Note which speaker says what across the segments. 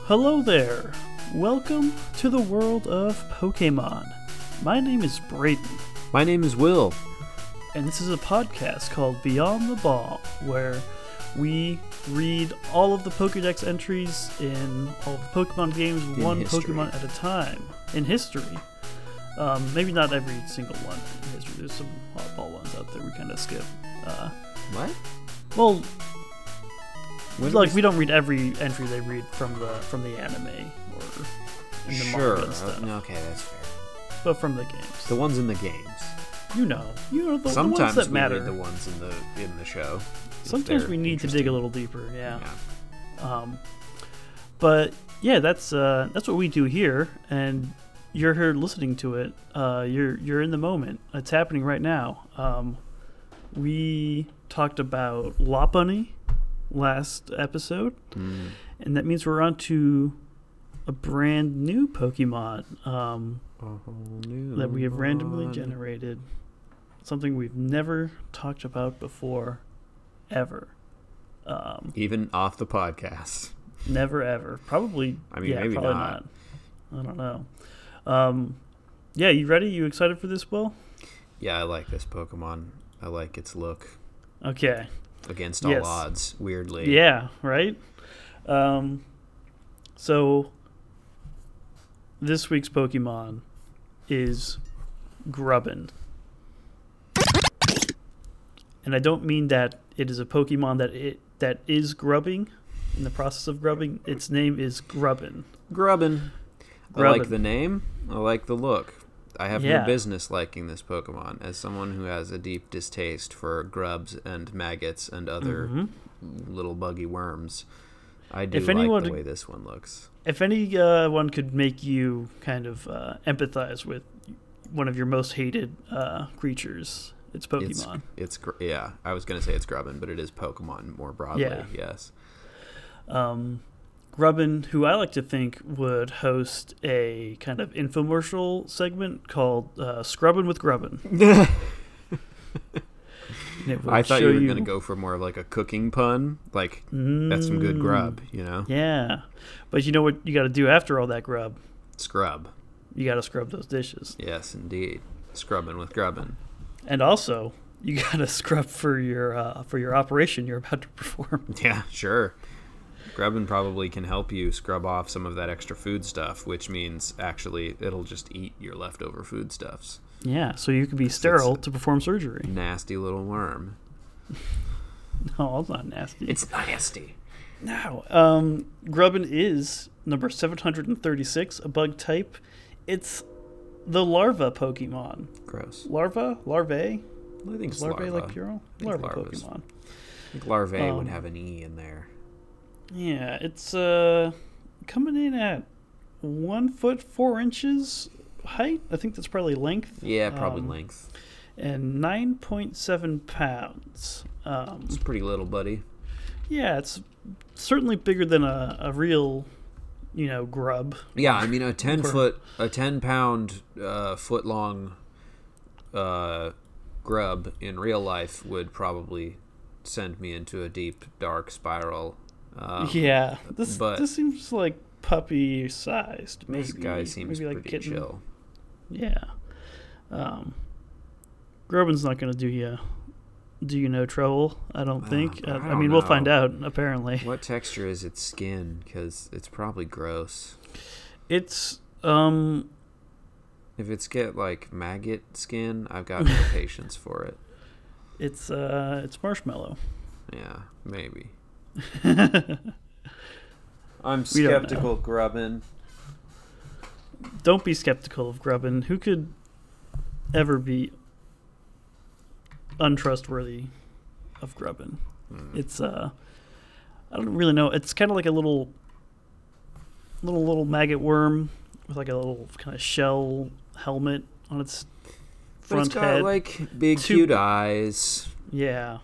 Speaker 1: Hello there! Welcome to the world of Pokemon. My name is Brayden,
Speaker 2: My name is Will.
Speaker 1: and this is a podcast called Beyond the Ball, where we read all of the Pokedex entries in all the Pokemon games, one
Speaker 2: history.
Speaker 1: Pokemon at a time, in history. Um, maybe not every single one in history. There's some oddball ones out there we kind of skip. Uh,
Speaker 2: What?
Speaker 1: well,
Speaker 2: When
Speaker 1: like we don't read every entry they read from the from the anime or in the
Speaker 2: sure.
Speaker 1: manga and stuff.
Speaker 2: uh, Okay, that's fair.
Speaker 1: but from the games.
Speaker 2: The ones in the games.
Speaker 1: you know, you know the, the
Speaker 2: Sometimes
Speaker 1: ones that
Speaker 2: we
Speaker 1: matter.
Speaker 2: read the ones in the in the show. if
Speaker 1: Sometimes
Speaker 2: they're
Speaker 1: we need to dig
Speaker 2: interesting.
Speaker 1: a little deeper, yeah.
Speaker 2: Yeah.
Speaker 1: Um, but yeah, that's uh, that's what we do here, and you're here listening to it. Uh, you're you're in the moment. It's happening right now. Um, we talked about Lopunny last episode,
Speaker 2: Hmm.
Speaker 1: and that means we're on to a brand new Pokemon. Um,
Speaker 2: A whole new
Speaker 1: that we have randomly
Speaker 2: one.
Speaker 1: generated something we've never talked about before, ever. Um,
Speaker 2: Even off the podcast.
Speaker 1: never ever. Probably.
Speaker 2: I mean,
Speaker 1: yeah,
Speaker 2: maybe
Speaker 1: probably
Speaker 2: not.
Speaker 1: not. I don't know. Um, yeah, you ready? You excited for this, Will?
Speaker 2: Yeah, I like this Pokemon. I like its look
Speaker 1: Okay.
Speaker 2: against all
Speaker 1: Yes.
Speaker 2: odds. Weirdly.
Speaker 1: Yeah. Right. Um, so this week's Pokemon is Grubbin. And I don't mean that it is a Pokemon that it that is grubbing in the process of grubbing. Its name is Grubbin.
Speaker 2: Grubbin. I
Speaker 1: Grubbin.
Speaker 2: like the name. I like the look. I have
Speaker 1: Yeah.
Speaker 2: no business liking this Pokemon as someone who has a deep distaste for grubs and maggots and other little buggy worms. I do
Speaker 1: Mm-hmm. If
Speaker 2: like
Speaker 1: anyone-
Speaker 2: the way this one looks.
Speaker 1: If any uh, one could make you kind of uh, empathize with one of your most hated uh, creatures, it's Pokemon.
Speaker 2: It's it's gr- yeah. I was gonna say it's Grubbin, but it is Pokemon more broadly.
Speaker 1: Yeah.
Speaker 2: Yes.
Speaker 1: um, Grubbin, who I like to think would host a kind of infomercial segment called uh, Scrubbin' with Grubbin. And it would
Speaker 2: I thought
Speaker 1: show
Speaker 2: you were gonna go for more of like a cooking pun, like that's some good
Speaker 1: Mm,
Speaker 2: grub, you know,
Speaker 1: Yeah. But you know what you got to do after all that grub?
Speaker 2: scrub.
Speaker 1: You got to scrub those dishes.
Speaker 2: Yes, indeed, scrubbing with grubbin.
Speaker 1: And also, you got to scrub for your uh, for your operation you're about to perform.
Speaker 2: Yeah, sure. Grubbin probably can help you scrub off some of that extra food stuff, which means actually it'll just eat your leftover foodstuffs.
Speaker 1: Yeah, so you could be sterile to perform surgery.
Speaker 2: Nasty little worm.
Speaker 1: No, it's Oh, not nasty.
Speaker 2: It's nasty.
Speaker 1: Now, um, Grubbin is number 736, a bug type. It's the larva Pokemon.
Speaker 2: Gross.
Speaker 1: Larva? Larvae?
Speaker 2: I think it's
Speaker 1: Larvae
Speaker 2: larva.
Speaker 1: like plural?
Speaker 2: think
Speaker 1: Larva
Speaker 2: larvas.
Speaker 1: Pokemon.
Speaker 2: I think larvae
Speaker 1: Um,
Speaker 2: would have an E in there.
Speaker 1: Yeah, it's uh, coming in at one foot four inches height. I think that's probably length.
Speaker 2: Yeah, probably
Speaker 1: um,
Speaker 2: length.
Speaker 1: And 9.7 pounds. Um,
Speaker 2: It's pretty little, buddy.
Speaker 1: yeah, it's certainly bigger than a, a real, you know, grub.
Speaker 2: Yeah, I mean a ten
Speaker 1: Worm.
Speaker 2: foot, a ten pound, uh, foot long, uh, grub in real life would probably send me into a deep dark spiral. Um,
Speaker 1: yeah, this
Speaker 2: but-
Speaker 1: this seems like puppy sized. Maybe
Speaker 2: This guy seems
Speaker 1: maybe like
Speaker 2: pretty
Speaker 1: kitten.
Speaker 2: chill.
Speaker 1: Yeah. Um, Grobin's not gonna do you do you no trouble. I don't
Speaker 2: Uh,
Speaker 1: think.
Speaker 2: I
Speaker 1: I, I
Speaker 2: don't
Speaker 1: mean, we'll find
Speaker 2: know.
Speaker 1: out. Apparently,
Speaker 2: What texture is its skin? Because it's probably gross.
Speaker 1: it's um
Speaker 2: If it's get like maggot skin, I've got no patience for it.
Speaker 1: it's uh it's marshmallow.
Speaker 2: Yeah, maybe. I'm
Speaker 1: We don't know.
Speaker 2: skeptical, Grubbin.
Speaker 1: Don't be skeptical of Grubbin. Who could ever be untrustworthy of Grubbin? It's uh, I don't really know. It's kind of like a little, little little maggot worm with like a little kind of shell helmet on its
Speaker 2: But
Speaker 1: front
Speaker 2: it's got
Speaker 1: head.
Speaker 2: like big
Speaker 1: Two-
Speaker 2: cute eyes.
Speaker 1: yeah,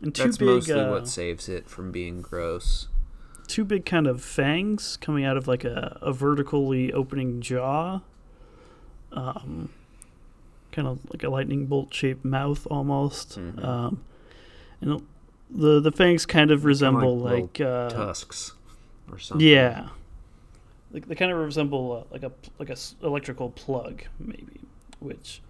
Speaker 1: and two
Speaker 2: That's
Speaker 1: big,
Speaker 2: mostly
Speaker 1: uh,
Speaker 2: what saves it from being gross.
Speaker 1: two big kind of fangs coming out of like a, a vertically opening jaw. Um, kind of like a lightning bolt shaped mouth almost.
Speaker 2: Mhm.
Speaker 1: Um, and the the fangs kind of resemble
Speaker 2: little
Speaker 1: like, uh,
Speaker 2: Tusks. or something.
Speaker 1: Yeah. Like they kind of resemble uh, like a like a s- electrical plug maybe, which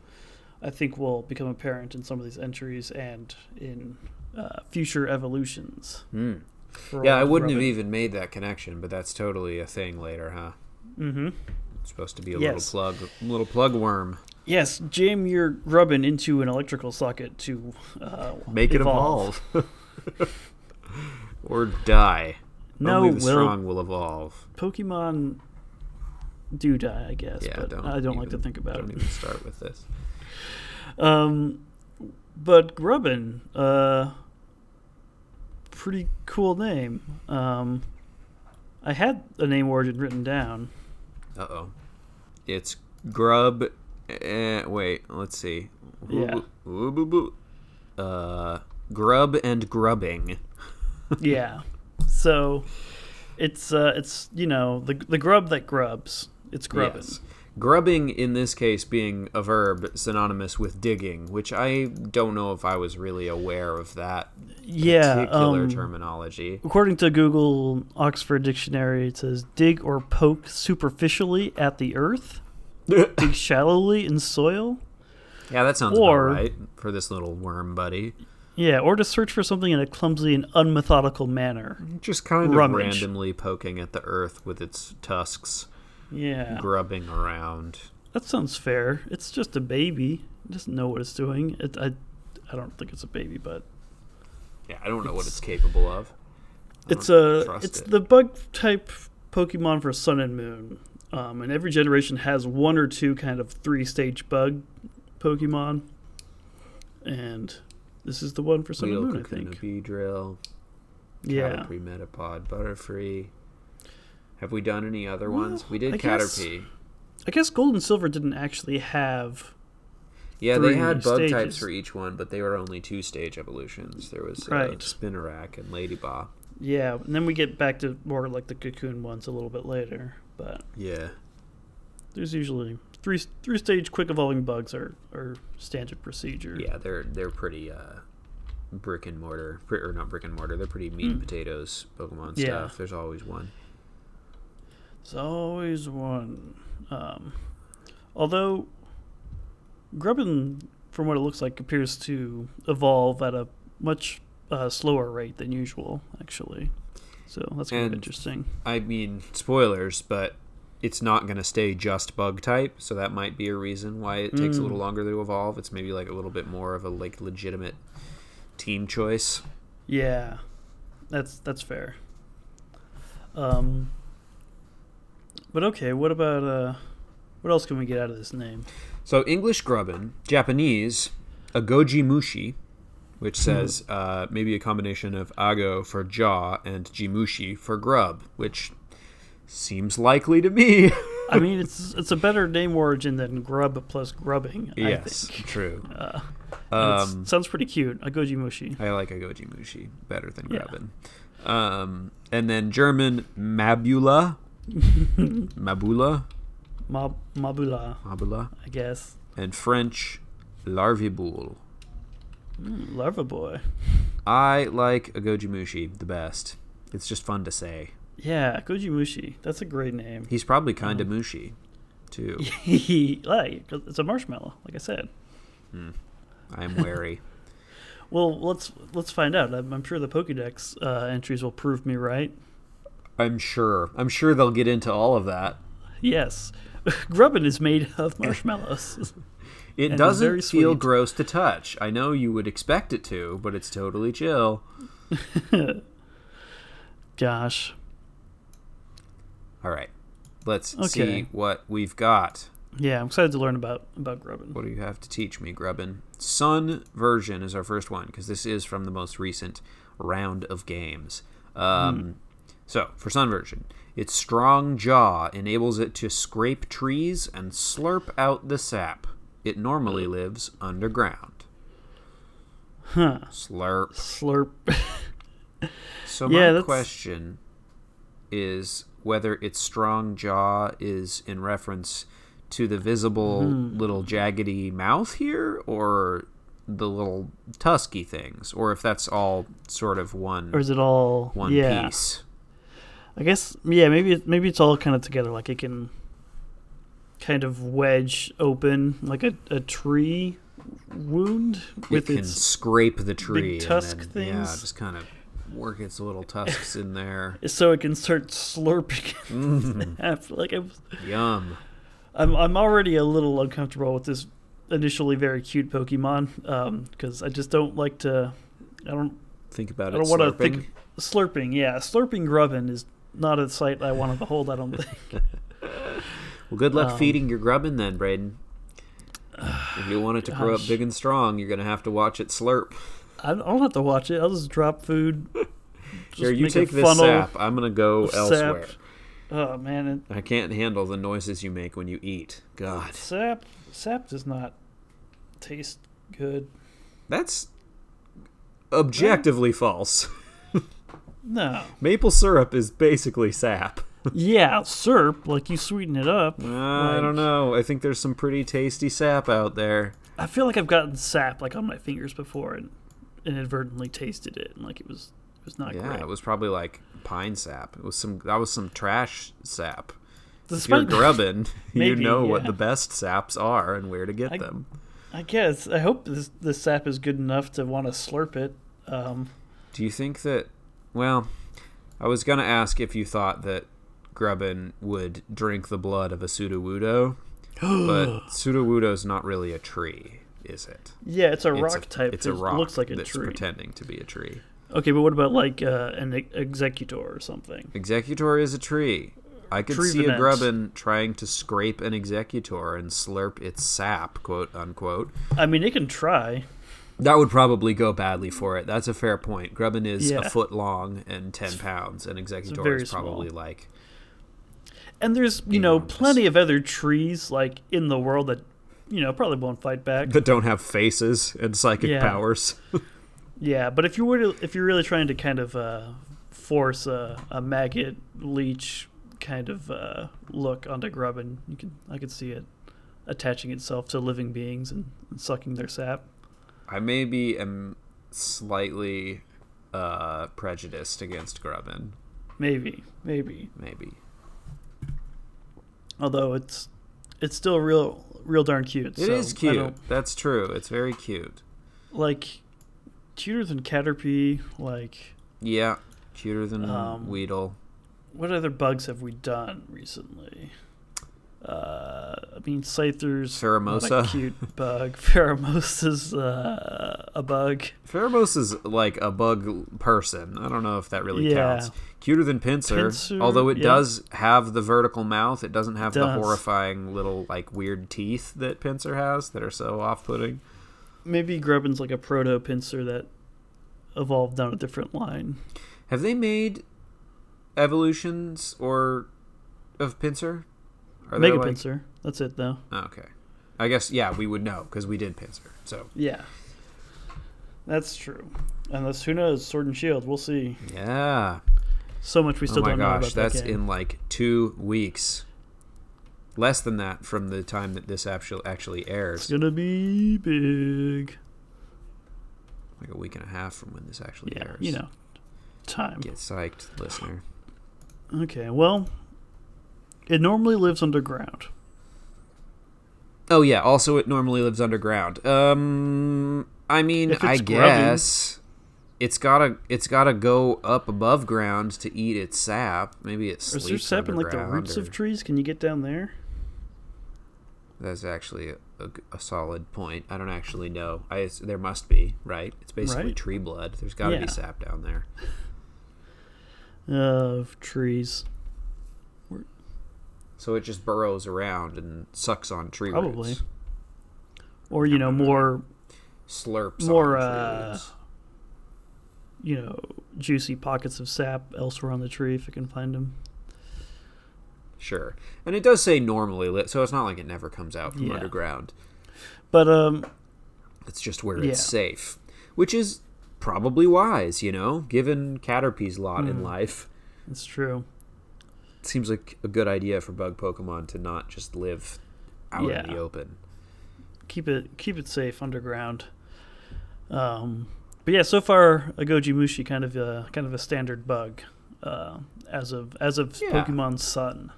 Speaker 1: I think will become apparent in some of these entries and in uh, future evolutions.
Speaker 2: Hmm.
Speaker 1: for
Speaker 2: Yeah,
Speaker 1: all
Speaker 2: I
Speaker 1: of
Speaker 2: wouldn't have
Speaker 1: Rubbit.
Speaker 2: even made that connection, but that's totally a thing later, huh?
Speaker 1: Mhm.
Speaker 2: It's supposed to be a
Speaker 1: Yes.
Speaker 2: little plug, little plug worm.
Speaker 1: Yes, jam your grubbin into an electrical socket to uh,
Speaker 2: Make it evolve, or die.
Speaker 1: No,
Speaker 2: Only the
Speaker 1: Will.
Speaker 2: strong will evolve.
Speaker 1: Pokemon do die, I guess.
Speaker 2: Yeah,
Speaker 1: but
Speaker 2: don't.
Speaker 1: I don't like to
Speaker 2: even-
Speaker 1: think about
Speaker 2: Don't
Speaker 1: it.
Speaker 2: even start with this.
Speaker 1: Um, but Grubbin, uh, pretty cool name. Um, I had a name origin written down.
Speaker 2: Uh oh. It's Grub. Eh, wait, let's see.
Speaker 1: Yeah.
Speaker 2: Ooh, boo, boo. Uh, grub and grubbing.
Speaker 1: yeah, so it's uh, it's you know the the grub that grubs. It's grubbin.
Speaker 2: Yes. Grubbing in this case being a verb synonymous with digging, which I don't know if I was really aware of that
Speaker 1: Yeah.
Speaker 2: particular
Speaker 1: Um,
Speaker 2: terminology.
Speaker 1: According to Google Oxford Dictionary, it says dig or poke superficially at the earth, dig shallowly in soil.
Speaker 2: Yeah, that sounds about
Speaker 1: or-
Speaker 2: right for this little worm buddy.
Speaker 1: Yeah, or to search for something in a clumsy and unmethodical manner.
Speaker 2: Just kind of
Speaker 1: Rummage.
Speaker 2: randomly poking at the earth with its tusks,
Speaker 1: Yeah.
Speaker 2: grubbing around.
Speaker 1: That sounds fair. It's just a baby. It doesn't know what it's doing. It, I, I don't think it's a baby, but
Speaker 2: Yeah, I don't know what
Speaker 1: It's-
Speaker 2: it's capable of. I
Speaker 1: it's
Speaker 2: don't
Speaker 1: a
Speaker 2: trust
Speaker 1: it's
Speaker 2: it.
Speaker 1: the bug type Pokemon for Sun and Moon. Um, and every generation has one or two kind of three stage bug Pokemon. And this is the one for Sun
Speaker 2: Wheel,
Speaker 1: and Moon, I
Speaker 2: Kakuna,
Speaker 1: think.
Speaker 2: Beedrill,
Speaker 1: Yeah.
Speaker 2: Caterpie, Metapod, Butterfree. Have we done any other ones? We did
Speaker 1: I guess-
Speaker 2: Caterpie.
Speaker 1: I guess Gold and Silver didn't actually have
Speaker 2: Yeah,
Speaker 1: three
Speaker 2: they had bug types
Speaker 1: stages.
Speaker 2: for each one, but they were only two stage evolutions. There was uh,
Speaker 1: Right.
Speaker 2: Spinarak and Ladyba.
Speaker 1: Yeah, and then we get back to more like the cocoon ones a little bit later, but
Speaker 2: Yeah.
Speaker 1: there's usually three three stage quick evolving bugs are, are standard procedure.
Speaker 2: Yeah, they're they're pretty uh, brick and mortar, pre- or not brick and mortar. They're pretty meat and potatoes Pokemon
Speaker 1: Yeah.
Speaker 2: stuff. There's always one.
Speaker 1: There's always one. Um, although Grubbin, from what it looks like, appears to evolve at a much uh, slower rate than usual, actually. So that's kind
Speaker 2: And-
Speaker 1: of interesting.
Speaker 2: I mean, spoilers, but it's not going to stay just bug type, so that might be a reason why it takes a little longer to evolve. It's maybe like a little bit more of a like legitimate team choice.
Speaker 1: Yeah, that's that's fair. Um, but okay, what about uh, what else can we get out of this name?
Speaker 2: So English grubbin, Japanese agoji mushi,
Speaker 1: Hmm.
Speaker 2: which says uh, maybe a combination of ago for jaw and jimushi for grub, which seems likely to me.
Speaker 1: I mean, it's it's a better name origin than grub plus grubbing.
Speaker 2: yes, Um,
Speaker 1: I think. Uh,
Speaker 2: true.
Speaker 1: And it's- sounds pretty cute. A goji mushi.
Speaker 2: I like Agoji Mushi better than
Speaker 1: Yeah.
Speaker 2: Grubbin. Um, and then German Mabula, Mabula,
Speaker 1: Mab- mabula,
Speaker 2: Mabula,
Speaker 1: I guess.
Speaker 2: and French Larviboule.
Speaker 1: Larva Hmm, boy.
Speaker 2: I like Agoji Mushi the best. It's just fun to say.
Speaker 1: Yeah, goji mushi. That's a great name.
Speaker 2: He's probably kind
Speaker 1: Mm.
Speaker 2: of mushy, too.
Speaker 1: like, it's a marshmallow, like I said.
Speaker 2: I'm wary.
Speaker 1: Well, let's let's find out. I'm, I'm sure the Pokédex uh, entries will prove me right.
Speaker 2: I'm sure. I'm sure they'll get into all of that.
Speaker 1: Yes. Grubbin is made of marshmallows.
Speaker 2: It
Speaker 1: And very
Speaker 2: doesn't feel
Speaker 1: sweet.
Speaker 2: gross to touch. I know you would expect it to, but it's totally chill.
Speaker 1: Gosh.
Speaker 2: All right. Let's
Speaker 1: Okay.
Speaker 2: see what we've got.
Speaker 1: Yeah, I'm excited to learn about about Grubbin.
Speaker 2: What do you have to teach me, Grubbin? Sun version is our first one because this is from the most recent round of games. Um, So, for Sun version, its strong jaw enables it to scrape trees and slurp out the sap. It normally lives underground.
Speaker 1: Huh.
Speaker 2: Slurp.
Speaker 1: Slurp.
Speaker 2: So,
Speaker 1: Yeah,
Speaker 2: my
Speaker 1: that's-
Speaker 2: question is whether its strong jaw is in reference to the visible
Speaker 1: Hmm.
Speaker 2: little jaggedy mouth here or the little tusky things or if that's all sort of one
Speaker 1: or is it all
Speaker 2: one
Speaker 1: yeah.
Speaker 2: piece
Speaker 1: I guess yeah, maybe it, maybe it's all kind of together. Like it can kind of wedge open like a, a tree wound with
Speaker 2: it can
Speaker 1: its
Speaker 2: scrape the tree and
Speaker 1: tusk
Speaker 2: then, Yeah,
Speaker 1: things.
Speaker 2: just kind of work its little tusks in there. Mm,
Speaker 1: so it can start slurping it after like I'm,
Speaker 2: Yum.
Speaker 1: I'm I'm already a little uncomfortable with this initially very cute Pokemon because I just don't like to I don't
Speaker 2: Think about
Speaker 1: I
Speaker 2: it.
Speaker 1: don't want to
Speaker 2: slurping.
Speaker 1: think slurping yeah slurping Grubbin is not a sight I want to behold I don't think
Speaker 2: Well, good luck
Speaker 1: Um,
Speaker 2: feeding your grubbin then, Braden. If you want it to grow up
Speaker 1: gosh.
Speaker 2: big and strong, you're going to have to watch it slurp.
Speaker 1: I don't I don't have to watch it I'll just drop food. Just
Speaker 2: Here, you
Speaker 1: make a
Speaker 2: take this uh,
Speaker 1: funnel
Speaker 2: sap. I'm going to go
Speaker 1: of sap.
Speaker 2: elsewhere.
Speaker 1: Oh man, it,
Speaker 2: I can't handle the noises you make when you eat. God.
Speaker 1: sap sap does not taste good.
Speaker 2: That's objectively false.
Speaker 1: No.
Speaker 2: Maple syrup is basically sap. Uh,
Speaker 1: yeah, syrup, like you sweeten it up.
Speaker 2: I don't know. I think there's some pretty tasty sap out there.
Speaker 1: I feel like I've gotten sap like on my fingers before and inadvertently tasted it and like it was it was not
Speaker 2: Yeah,
Speaker 1: great.
Speaker 2: it was probably like pine sap. It was some that was some trash sap. If you're
Speaker 1: Despite-
Speaker 2: grubbing, you
Speaker 1: Maybe,
Speaker 2: know what
Speaker 1: yeah.
Speaker 2: the best saps are and where to get
Speaker 1: I-
Speaker 2: them.
Speaker 1: I guess I hope this this sap is good enough to want to slurp it. Um,
Speaker 2: Do you think that? Well, I was gonna ask if you thought that Grubbin would drink the blood of a Sudowoodo, but Sudowoodo's not really a tree, is it?
Speaker 1: yeah, it's a
Speaker 2: It's
Speaker 1: rock type.
Speaker 2: It's a
Speaker 1: It
Speaker 2: rock.
Speaker 1: Looks like a
Speaker 2: that's
Speaker 1: tree.
Speaker 2: pretending to be a tree.
Speaker 1: Okay, but what about like uh, an e- executor or something?
Speaker 2: Executor is a tree. I could
Speaker 1: Tree
Speaker 2: see a
Speaker 1: Vanette.
Speaker 2: grubbin trying to scrape an executor and slurp its sap, quote unquote.
Speaker 1: I mean, it can try.
Speaker 2: That would probably go badly for it. That's a fair point. Grubbin is
Speaker 1: Yeah.
Speaker 2: a foot long and ten pounds, and executor
Speaker 1: very
Speaker 2: is probably like
Speaker 1: And there's, you know,
Speaker 2: Enormous.
Speaker 1: plenty of other trees like in the world that, you know, probably won't fight back.
Speaker 2: that don't have faces and psychic
Speaker 1: Yeah.
Speaker 2: powers.
Speaker 1: yeah, but if you were to, if you're really trying to kind of uh, force a, a maggot leech kind of uh, look onto Grubbin, you can I could see it attaching itself to living beings and, and sucking their sap.
Speaker 2: I maybe am slightly uh, prejudiced against grubbin.
Speaker 1: Maybe, maybe.
Speaker 2: Maybe
Speaker 1: Although it's it's still real real darn cute.
Speaker 2: it is
Speaker 1: so I
Speaker 2: cute.
Speaker 1: don't-
Speaker 2: That's true. It's very cute.
Speaker 1: Like cuter than Caterpie. Like
Speaker 2: Yeah, cuter than
Speaker 1: Um,
Speaker 2: Weedle.
Speaker 1: what other bugs have we done recently? Uh, I mean, Scyther's not a
Speaker 2: Pheromosa.
Speaker 1: cute bug. Pheromosa's uh, a bug.
Speaker 2: Pheromos is like a bug person. I don't know if that really
Speaker 1: Yeah.
Speaker 2: counts. Cuter than Pincer,
Speaker 1: Pincer,
Speaker 2: although it
Speaker 1: yeah.
Speaker 2: does have the vertical mouth. It doesn't have the
Speaker 1: does.
Speaker 2: horrifying little like weird teeth that Pincer has that are so off-putting.
Speaker 1: Maybe Grubbin's like a proto pincer that evolved down a different line.
Speaker 2: Have they made evolutions or of Pincer? Are there,
Speaker 1: Mega
Speaker 2: like-
Speaker 1: pincer. That's it, though.
Speaker 2: Oh, okay. I guess yeah, we would know because we did Pincer. So
Speaker 1: Yeah, that's true. Unless who knows? Sword and Shield. We'll see.
Speaker 2: yeah.
Speaker 1: So much we still
Speaker 2: oh my
Speaker 1: don't know
Speaker 2: gosh,
Speaker 1: about
Speaker 2: that's
Speaker 1: that game.
Speaker 2: in like two weeks. Less than that from the time that this actually actually
Speaker 1: It's
Speaker 2: airs.
Speaker 1: gonna be big.
Speaker 2: Like a week and a half from when this actually
Speaker 1: Yeah,
Speaker 2: airs.
Speaker 1: you know, time.
Speaker 2: Get psyched, listener.
Speaker 1: Okay, well, it normally lives underground.
Speaker 2: Oh yeah, also it normally lives underground. Um I mean
Speaker 1: If it's
Speaker 2: I
Speaker 1: grubbing.
Speaker 2: guess it's gotta it's gotta go up above ground to eat its sap. Maybe it
Speaker 1: Is there
Speaker 2: sleeps
Speaker 1: sap in like the roots of
Speaker 2: underground,
Speaker 1: trees? Can you get down there?
Speaker 2: or- That's actually a, a g- a solid point. I don't actually know. I s- there must be right. It's basically
Speaker 1: Right?
Speaker 2: tree blood. There's gotta
Speaker 1: Yeah.
Speaker 2: be sap down there.
Speaker 1: Of trees,
Speaker 2: So it just burrows around and sucks on tree
Speaker 1: Probably.
Speaker 2: roots.
Speaker 1: or you know, more
Speaker 2: Slurps
Speaker 1: More,
Speaker 2: on tree
Speaker 1: uh,
Speaker 2: roots.
Speaker 1: you know, juicy pockets of sap elsewhere on the tree if I can find them.
Speaker 2: Sure. And it does say normally lit, so it's not like it never comes out from
Speaker 1: Yeah.
Speaker 2: underground.
Speaker 1: But um,
Speaker 2: It's just where
Speaker 1: Yeah.
Speaker 2: it's safe, which is probably wise, you know, given Caterpie's lot
Speaker 1: Hmm.
Speaker 2: in life.
Speaker 1: it's true.
Speaker 2: It seems like a good idea for bug Pokemon to not just live out
Speaker 1: Yeah.
Speaker 2: in the open.
Speaker 1: Keep it keep it safe underground. Um, but yeah, so far a goji mushi kind of a kind of a standard bug. uh, as of as of
Speaker 2: Yeah.
Speaker 1: Pokemon Sun.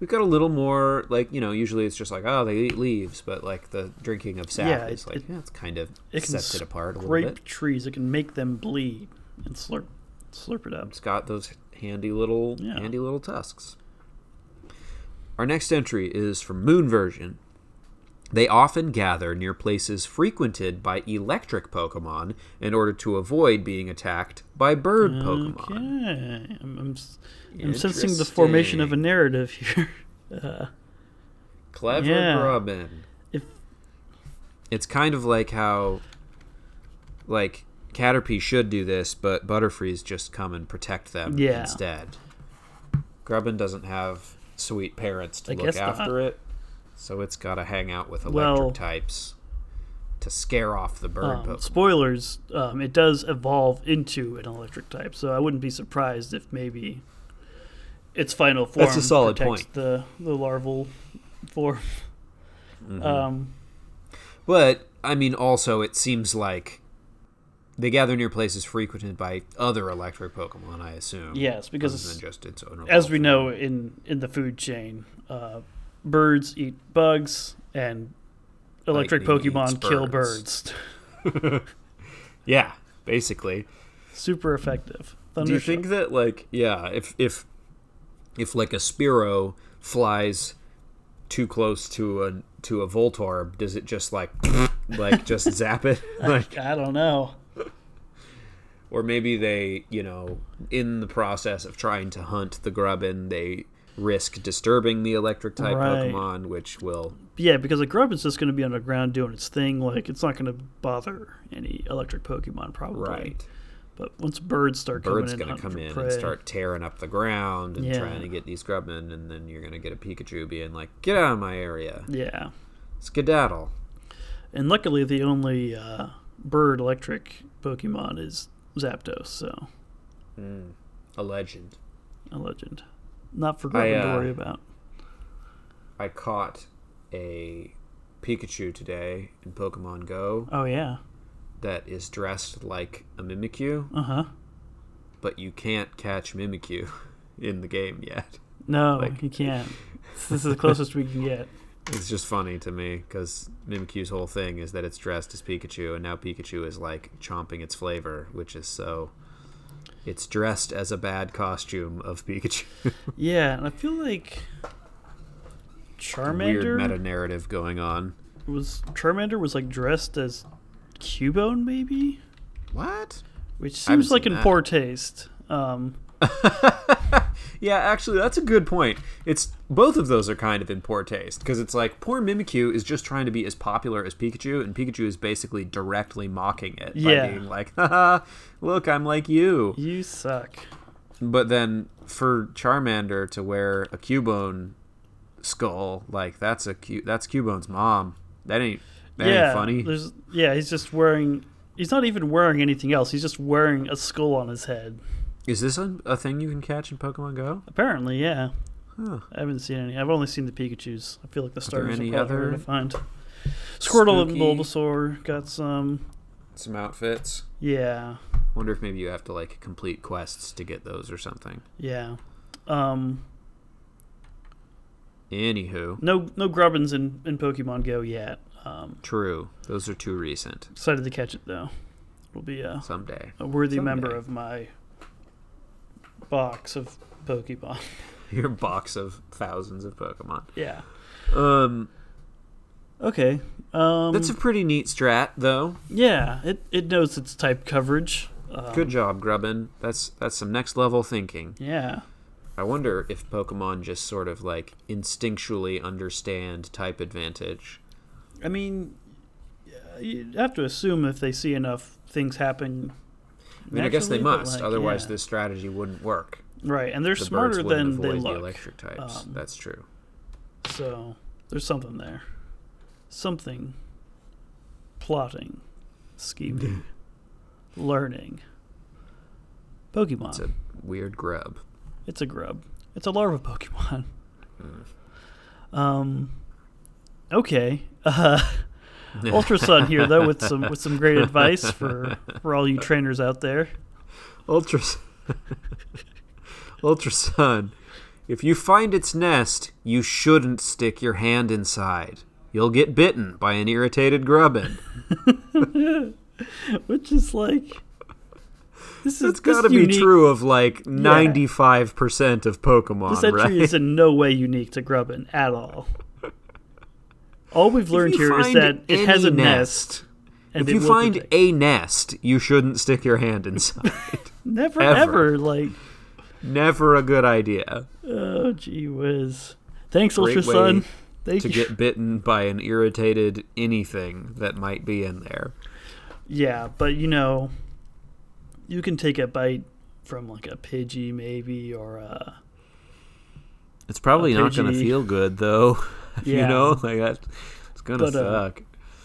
Speaker 2: We've got a little more like you know. Usually it's just like oh they eat leaves, but like the drinking of sap
Speaker 1: Yeah,
Speaker 2: is
Speaker 1: it-
Speaker 2: like
Speaker 1: it-
Speaker 2: yeah, it's kind of
Speaker 1: It can
Speaker 2: sets it apart a little bit.
Speaker 1: Grape trees, it can make them bleed and slurp slurp it up.
Speaker 2: It's got those handy little
Speaker 1: Yeah.
Speaker 2: handy little tusks. Our next entry is from Moon Version. They often gather near places frequented by electric Pokemon in order to avoid being attacked by bird Pokemon.
Speaker 1: Okay, I'm, I'm, s- I'm sensing the formation of a
Speaker 2: Interesting.
Speaker 1: narrative here. Uh,
Speaker 2: clever
Speaker 1: Yeah.
Speaker 2: Grubbin.
Speaker 1: If-
Speaker 2: It's kind of like how, like Caterpie should do this, but Butterfrees just come and protect them
Speaker 1: Yeah.
Speaker 2: instead. Grubbin doesn't have sweet parents to
Speaker 1: I
Speaker 2: look
Speaker 1: guess not.
Speaker 2: after it, so it's got to hang out with electric
Speaker 1: Well-
Speaker 2: types to scare off the bird.
Speaker 1: um,
Speaker 2: Pokemon.
Speaker 1: spoilers: um, it does evolve into an electric type, so I wouldn't be surprised if maybe its final form
Speaker 2: That's a solid
Speaker 1: protects
Speaker 2: point.
Speaker 1: the the larval form.
Speaker 2: Mm-hmm.
Speaker 1: Um,
Speaker 2: But I mean, also it seems like they gather near places frequented by other electric Pokemon. I assume.
Speaker 1: yes,
Speaker 2: other
Speaker 1: because
Speaker 2: than just its own
Speaker 1: as
Speaker 2: evolved
Speaker 1: we
Speaker 2: form.
Speaker 1: know in in the food chain, uh, birds eat bugs, and electric
Speaker 2: Lightning eats
Speaker 1: Pokemon kill
Speaker 2: birds.
Speaker 1: birds.
Speaker 2: Yeah, basically.
Speaker 1: Super effective.
Speaker 2: Do you
Speaker 1: Thunderstruck.
Speaker 2: think that like yeah, if if if like a Spiro flies too close to a to a Voltorb, does it just like like just zap it? Like
Speaker 1: I don't know.
Speaker 2: or maybe they, you know, in the process of trying to hunt the Grubbin, they risk disturbing the electric type
Speaker 1: Right.
Speaker 2: Pokemon, which will
Speaker 1: Yeah, because a grub is just going to be underground doing its thing. Like it's not going to bother any electric Pokemon, probably.
Speaker 2: right.
Speaker 1: But once birds start coming
Speaker 2: Bird's
Speaker 1: in,
Speaker 2: gonna
Speaker 1: hunting
Speaker 2: come
Speaker 1: for
Speaker 2: in
Speaker 1: prey,
Speaker 2: and start tearing up the ground and
Speaker 1: Yeah.
Speaker 2: trying to get these Grubbin, and then you're gonna get a Pikachu being like, "Get out of my area,
Speaker 1: Yeah,
Speaker 2: skedaddle."
Speaker 1: and luckily the only uh, bird electric Pokemon is Zapdos, so
Speaker 2: A legend.
Speaker 1: a legend. Not for
Speaker 2: I,
Speaker 1: Grubbin to
Speaker 2: uh,
Speaker 1: worry about.
Speaker 2: I caught a Pikachu today in Pokemon Go
Speaker 1: Oh yeah.
Speaker 2: that is dressed like a Mimikyu,
Speaker 1: Uh huh.
Speaker 2: but you can't catch Mimikyu in the game yet.
Speaker 1: No,
Speaker 2: like-
Speaker 1: you can't. this is the closest we can get.
Speaker 2: It's just funny to me because Mimikyu's whole thing is that it's dressed as Pikachu, and now Pikachu is like chomping its flavor, which is so. It's dressed as a bad costume of Pikachu.
Speaker 1: Yeah, and I feel like Charmander
Speaker 2: Weird meta narrative going on.
Speaker 1: was Charmander was like dressed as Cubone, maybe.
Speaker 2: What?
Speaker 1: which
Speaker 2: I haven't
Speaker 1: seems like
Speaker 2: seen
Speaker 1: in
Speaker 2: that.
Speaker 1: poor taste. Um,
Speaker 2: Yeah, actually, that's a good point. It's both of those are kind of in poor taste because it's like poor Mimikyu is just trying to be as popular as Pikachu, and Pikachu is basically directly mocking it
Speaker 1: Yeah.
Speaker 2: by being like, "Haha, look, I'm like you."
Speaker 1: you suck.
Speaker 2: But then for Charmander to wear a Cubone skull, like that's a Cu- that's Cubone's mom. That ain't that
Speaker 1: yeah,
Speaker 2: ain't funny.
Speaker 1: There's yeah, he's just wearing. He's not even wearing anything else. He's just wearing a skull on his head.
Speaker 2: Is this a, a thing you can catch in Pokemon Go?
Speaker 1: Apparently, yeah.
Speaker 2: Huh.
Speaker 1: I haven't seen any. I've only seen the Pikachu's. I feel like the starters are
Speaker 2: any
Speaker 1: probably harder
Speaker 2: other
Speaker 1: to find. Squirtle
Speaker 2: spooky-
Speaker 1: and Bulbasaur got some.
Speaker 2: Some outfits.
Speaker 1: Yeah,
Speaker 2: Wonder if maybe you have to like complete quests to get those or something.
Speaker 1: yeah. Um,
Speaker 2: Anywho,
Speaker 1: no, no Grubbins in in Pokemon Go yet. Um,
Speaker 2: true. Those are too recent.
Speaker 1: excited to catch it though. It'll be uh,
Speaker 2: Someday.
Speaker 1: a worthy member
Speaker 2: Someday.
Speaker 1: of my box of Pokemon.
Speaker 2: Your box of thousands of Pokemon.
Speaker 1: yeah.
Speaker 2: Um,
Speaker 1: Okay. Um,
Speaker 2: that's a pretty neat strat, though.
Speaker 1: yeah. It it knows its type coverage. Um,
Speaker 2: Good job, Grubbin. That's that's some next level thinking.
Speaker 1: Yeah.
Speaker 2: I wonder if Pokemon just sort of like instinctually understand type advantage.
Speaker 1: I mean, uh, you have to assume if they see enough things happen.
Speaker 2: I mean, I guess they
Speaker 1: naturally, but,
Speaker 2: must.
Speaker 1: like,
Speaker 2: Otherwise,
Speaker 1: yeah.
Speaker 2: this strategy wouldn't work.
Speaker 1: right, and they're
Speaker 2: The
Speaker 1: smarter
Speaker 2: birds wouldn't
Speaker 1: than they
Speaker 2: avoid the
Speaker 1: look.
Speaker 2: electric types.
Speaker 1: Um,
Speaker 2: that's true.
Speaker 1: So there's something there. Something. Plotting, scheming, learning. Pokemon.
Speaker 2: It's a weird grub.
Speaker 1: It's a grub. It's a larva Pokemon. Um. Okay. Uh, Ultra Sun here though with some with some great advice for for all you trainers out there.
Speaker 2: Ultra Ultra Sun. If you find its nest, you shouldn't stick your hand inside. You'll get bitten by an irritated grubbin.
Speaker 1: Which is like this is
Speaker 2: It's got to
Speaker 1: this
Speaker 2: be
Speaker 1: unique-
Speaker 2: true of like ninety-five percent of Pokemon,
Speaker 1: This entry
Speaker 2: right?
Speaker 1: is in no way unique to Grubbin at all. All we've learned
Speaker 2: If you
Speaker 1: here is
Speaker 2: find
Speaker 1: that it has a
Speaker 2: any
Speaker 1: nest, and
Speaker 2: If
Speaker 1: it
Speaker 2: you
Speaker 1: will
Speaker 2: find
Speaker 1: protect-
Speaker 2: a nest, you shouldn't stick your hand inside.
Speaker 1: never
Speaker 2: ever.
Speaker 1: ever like
Speaker 2: Never a good idea
Speaker 1: oh gee whiz. Thanks,
Speaker 2: Great
Speaker 1: Ultra Sun.
Speaker 2: way
Speaker 1: Thank
Speaker 2: to
Speaker 1: you.
Speaker 2: get bitten by an irritated anything that might be in there.
Speaker 1: Yeah, but you know, you can take a bite from like a Pidgey maybe or uh, a
Speaker 2: It's probably not going to
Speaker 1: Pidgey.
Speaker 2: feel good though. you
Speaker 1: Yeah.
Speaker 2: know, like that. It's going to
Speaker 1: But, uh,
Speaker 2: suck.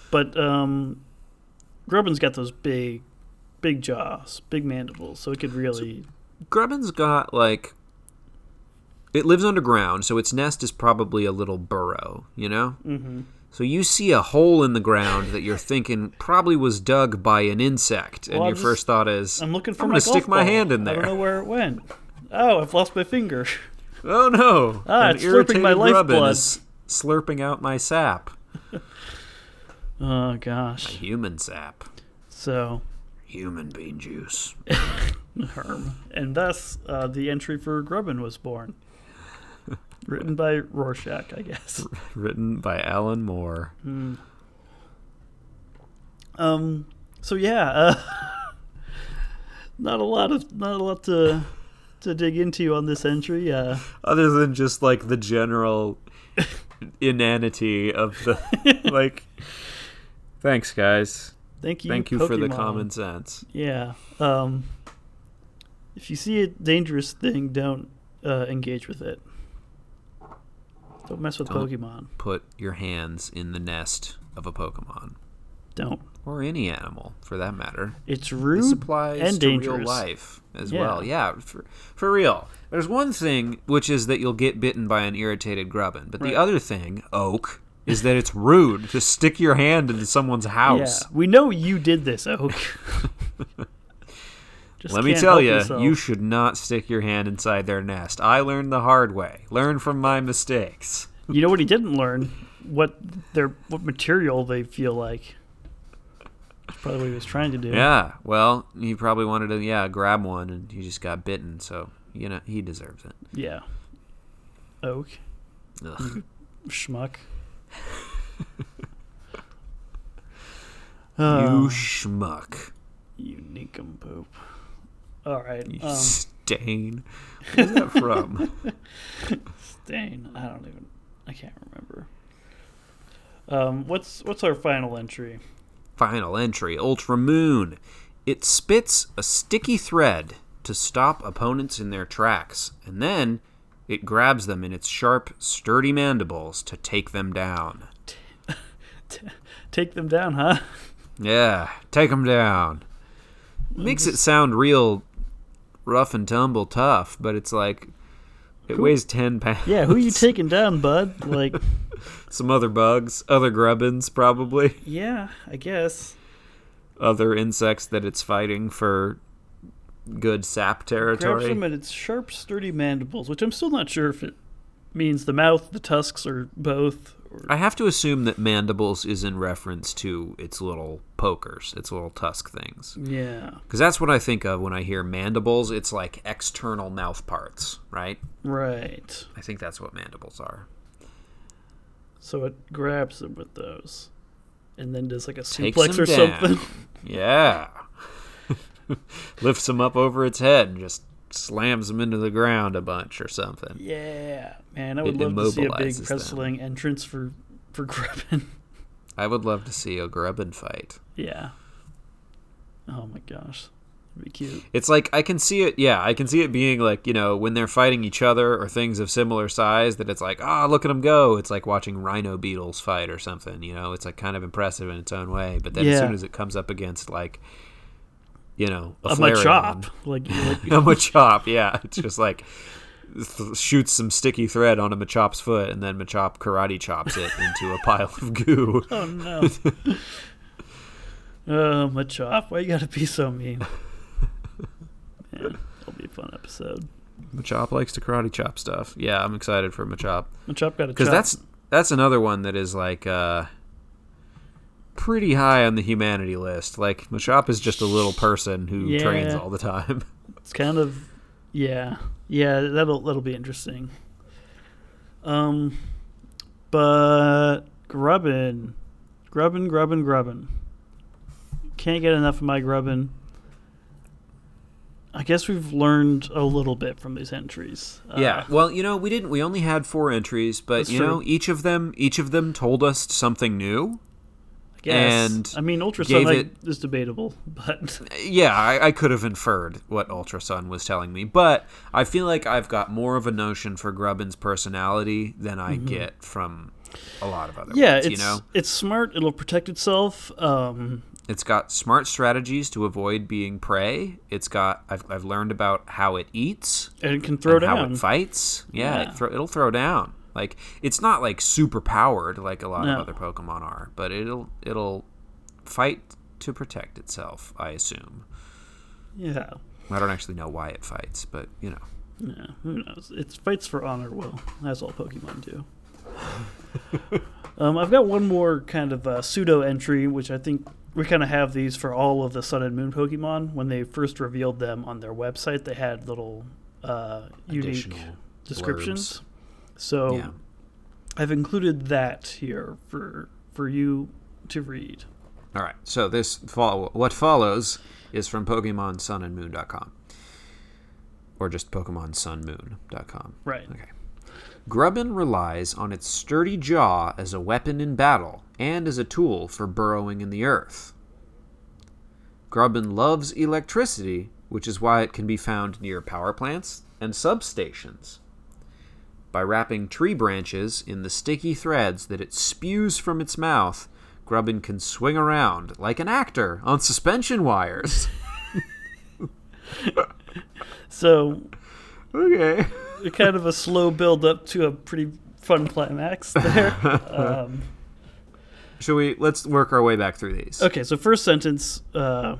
Speaker 1: But um, Grubbin's got those big, big jaws, big mandibles, so it could really.
Speaker 2: Grubbin's got like it lives underground, so its nest is probably a little burrow, you know?
Speaker 1: hmm
Speaker 2: So you see a hole in the ground that you're thinking probably was dug by an insect, and
Speaker 1: Well, I'm
Speaker 2: your
Speaker 1: just-
Speaker 2: first thought is,
Speaker 1: I'm looking for
Speaker 2: I'm
Speaker 1: my
Speaker 2: gonna stick
Speaker 1: golf
Speaker 2: my
Speaker 1: ball.
Speaker 2: hand in
Speaker 1: I
Speaker 2: there.
Speaker 1: don't know where it went. Oh, I've lost my finger.
Speaker 2: "Oh no!
Speaker 1: Ah,
Speaker 2: an
Speaker 1: it's slurping my
Speaker 2: irritated grubbin
Speaker 1: lifeblood."
Speaker 2: is slurping out my sap,
Speaker 1: Oh gosh.
Speaker 2: human sap,
Speaker 1: So,
Speaker 2: human bean juice."
Speaker 1: herm, and thus uh, the entry for Grubbin was born. Written by Rorschach, I guess.
Speaker 2: Written by Alan Moore.
Speaker 1: Um. So yeah, uh, not a lot of not a lot to to dig into on this entry. Uh,
Speaker 2: other than just like the general inanity of the like thanks guys
Speaker 1: thank you.
Speaker 2: thank you for the
Speaker 1: Pokemon.
Speaker 2: common sense
Speaker 1: Yeah. Um, if you see a dangerous thing, don't uh, engage with it. Don't mess with
Speaker 2: Don't.
Speaker 1: Pokemon.
Speaker 2: put your hands in the nest of a pokemon
Speaker 1: Don't.
Speaker 2: or any animal for that matter
Speaker 1: It's
Speaker 2: this
Speaker 1: rude
Speaker 2: applies
Speaker 1: and
Speaker 2: to
Speaker 1: dangerous.
Speaker 2: real life as
Speaker 1: Yeah.
Speaker 2: well yeah for, for real there's one thing which is that you'll get bitten by an irritated grubbin but
Speaker 1: Right.
Speaker 2: the other thing oak is that it's rude to stick your hand into someone's
Speaker 1: Yeah,
Speaker 2: house
Speaker 1: we know you did this, Oak. Just
Speaker 2: Let me
Speaker 1: can't
Speaker 2: tell
Speaker 1: help
Speaker 2: you,
Speaker 1: yourself.
Speaker 2: you should not stick your hand inside their nest. I learned the hard way. Learn from my mistakes.
Speaker 1: You know what he didn't learn? What their what material they feel like. That's probably what he was trying to do.
Speaker 2: Yeah. Well, he probably wanted to, yeah, grab one, and he just got bitten. So you know he deserves it.
Speaker 1: Yeah. Oak. Mm-hmm.
Speaker 2: Ugh.
Speaker 1: Schmuck.
Speaker 2: you
Speaker 1: Uh,
Speaker 2: schmuck.
Speaker 1: you nincompoop. All right.
Speaker 2: You
Speaker 1: Um,
Speaker 2: stain. Where's that from?
Speaker 1: Dane, I don't even. I can't remember. Um, what's what's our final entry?
Speaker 2: Final entry: Ultra Moon. It spits a sticky thread to stop opponents in their tracks, and then it grabs them in its sharp, sturdy mandibles to take them down.
Speaker 1: Take them down, huh?
Speaker 2: Yeah, take them down. Makes it sound real rough and tumble tough, but it's like it weighs ten pounds.
Speaker 1: Yeah, who you taking down, bud? Like,
Speaker 2: Some other bugs, other grubbins, probably
Speaker 1: yeah, I guess.
Speaker 2: other insects that it's fighting for good sap
Speaker 1: Grabs them
Speaker 2: territory.
Speaker 1: at its sharp, sturdy mandibles, which I'm still not sure if it means the mouth, the tusks, or both. Or,
Speaker 2: I have to assume that mandibles is in reference to its little pokers, its little tusk things,
Speaker 1: yeah,
Speaker 2: because that's what I think of when I hear mandibles. It's like external mouth parts, right?
Speaker 1: right.
Speaker 2: I think that's what mandibles are.
Speaker 1: So it grabs them with those, and then does like a
Speaker 2: Takes
Speaker 1: suplex
Speaker 2: him
Speaker 1: or
Speaker 2: down.
Speaker 1: something.
Speaker 2: Yeah. Lifts him up over its head and just slams him into the ground a bunch or something.
Speaker 1: Yeah, man, I would
Speaker 2: It
Speaker 1: love to see a big
Speaker 2: immobilizes them.
Speaker 1: wrestling entrance for for Grubbin.
Speaker 2: I would love to see a grubbin fight.
Speaker 1: yeah. Oh my gosh, That'd be cute.
Speaker 2: It's like I can see it. Yeah, I can see it being like you know when they're fighting each other or things of similar size that it's like ah look at them go. It's like watching rhino beetles fight or something. You know, it's like kind of impressive in its own way. But then as
Speaker 1: Yeah.
Speaker 2: soon as it comes up against like you know a,
Speaker 1: I'm a
Speaker 2: Flareon,
Speaker 1: chop, like, you- like
Speaker 2: a Machop, yeah. It's just like th- shoots some sticky thread onto Machop's foot, and then Machop karate chops it into a pile of goo.
Speaker 1: oh no. Uh, Oh, Machop, why you gotta be so mean? Man, I'll be a fun episode.
Speaker 2: Machop likes to karate chop stuff. Yeah, I'm excited for Machop
Speaker 1: Machop got a
Speaker 2: because
Speaker 1: chop.
Speaker 2: that's that's another one that is like uh, pretty high on the humanity list. Like Machop is just a little person who
Speaker 1: Yeah.
Speaker 2: trains all the time.
Speaker 1: It's kind of yeah. Yeah, that'll that'll be interesting. Um but grubbin. Grubbin, grubbin, grubbin. Can't get enough of my grubbin. I guess we've learned a little bit from these entries.
Speaker 2: yeah.
Speaker 1: Uh,
Speaker 2: Well, you know, we didn't. We only had four entries, but
Speaker 1: That's
Speaker 2: you know,
Speaker 1: true.
Speaker 2: each of them each of them told us something new.
Speaker 1: I guess.
Speaker 2: and
Speaker 1: I mean Ultra
Speaker 2: gave
Speaker 1: Sunlight
Speaker 2: it-
Speaker 1: is debatable, but
Speaker 2: yeah, I, I could have inferred what Ultra Sun was telling me, but I feel like I've got more of a notion for Grubbin's personality than I get from a lot of other
Speaker 1: Mm-hmm. yeah,
Speaker 2: ones,
Speaker 1: it's
Speaker 2: you know?
Speaker 1: it's smart, it'll protect itself. Um
Speaker 2: It's got smart strategies to avoid being prey. It's got I've, I've learned about how it eats,
Speaker 1: and it can throw
Speaker 2: and how
Speaker 1: down.
Speaker 2: it fights. Yeah,
Speaker 1: Yeah.
Speaker 2: It thro- it'll throw down. Like it's not like super powered like a lot
Speaker 1: No.
Speaker 2: of other Pokemon are, but it'll it'll fight to protect itself. I assume.
Speaker 1: yeah.
Speaker 2: I don't actually know why it fights, but you know.
Speaker 1: Yeah, who knows? It's fights for honor, Will, as all Pokemon do. um, I've got one more kind of uh, pseudo entry, which I think we kind of have these for all of the Sun and Moon Pokemon. When they first revealed them on their website, they had little uh, unique
Speaker 2: Additional
Speaker 1: descriptions. Oh. So
Speaker 2: Yeah.
Speaker 1: I've included that here for for you to read.
Speaker 2: All right. So this follow what follows is from Pokemon Sun and Moon.com or just Pokemon Sun Moon.com.
Speaker 1: Right.
Speaker 2: Okay. Grubbin relies on its sturdy jaw as a weapon in battle and as a tool for burrowing in the earth. Grubbin loves electricity, which is why it can be found near power plants and substations. By wrapping tree branches in the sticky threads that it spews from its mouth, Grubbin can swing around like an actor on suspension wires.
Speaker 1: So
Speaker 2: okay.
Speaker 1: kind of a slow build up to a pretty fun climax there. um,
Speaker 2: Should we let's work our way back through these.
Speaker 1: Okay, so first sentence: uh,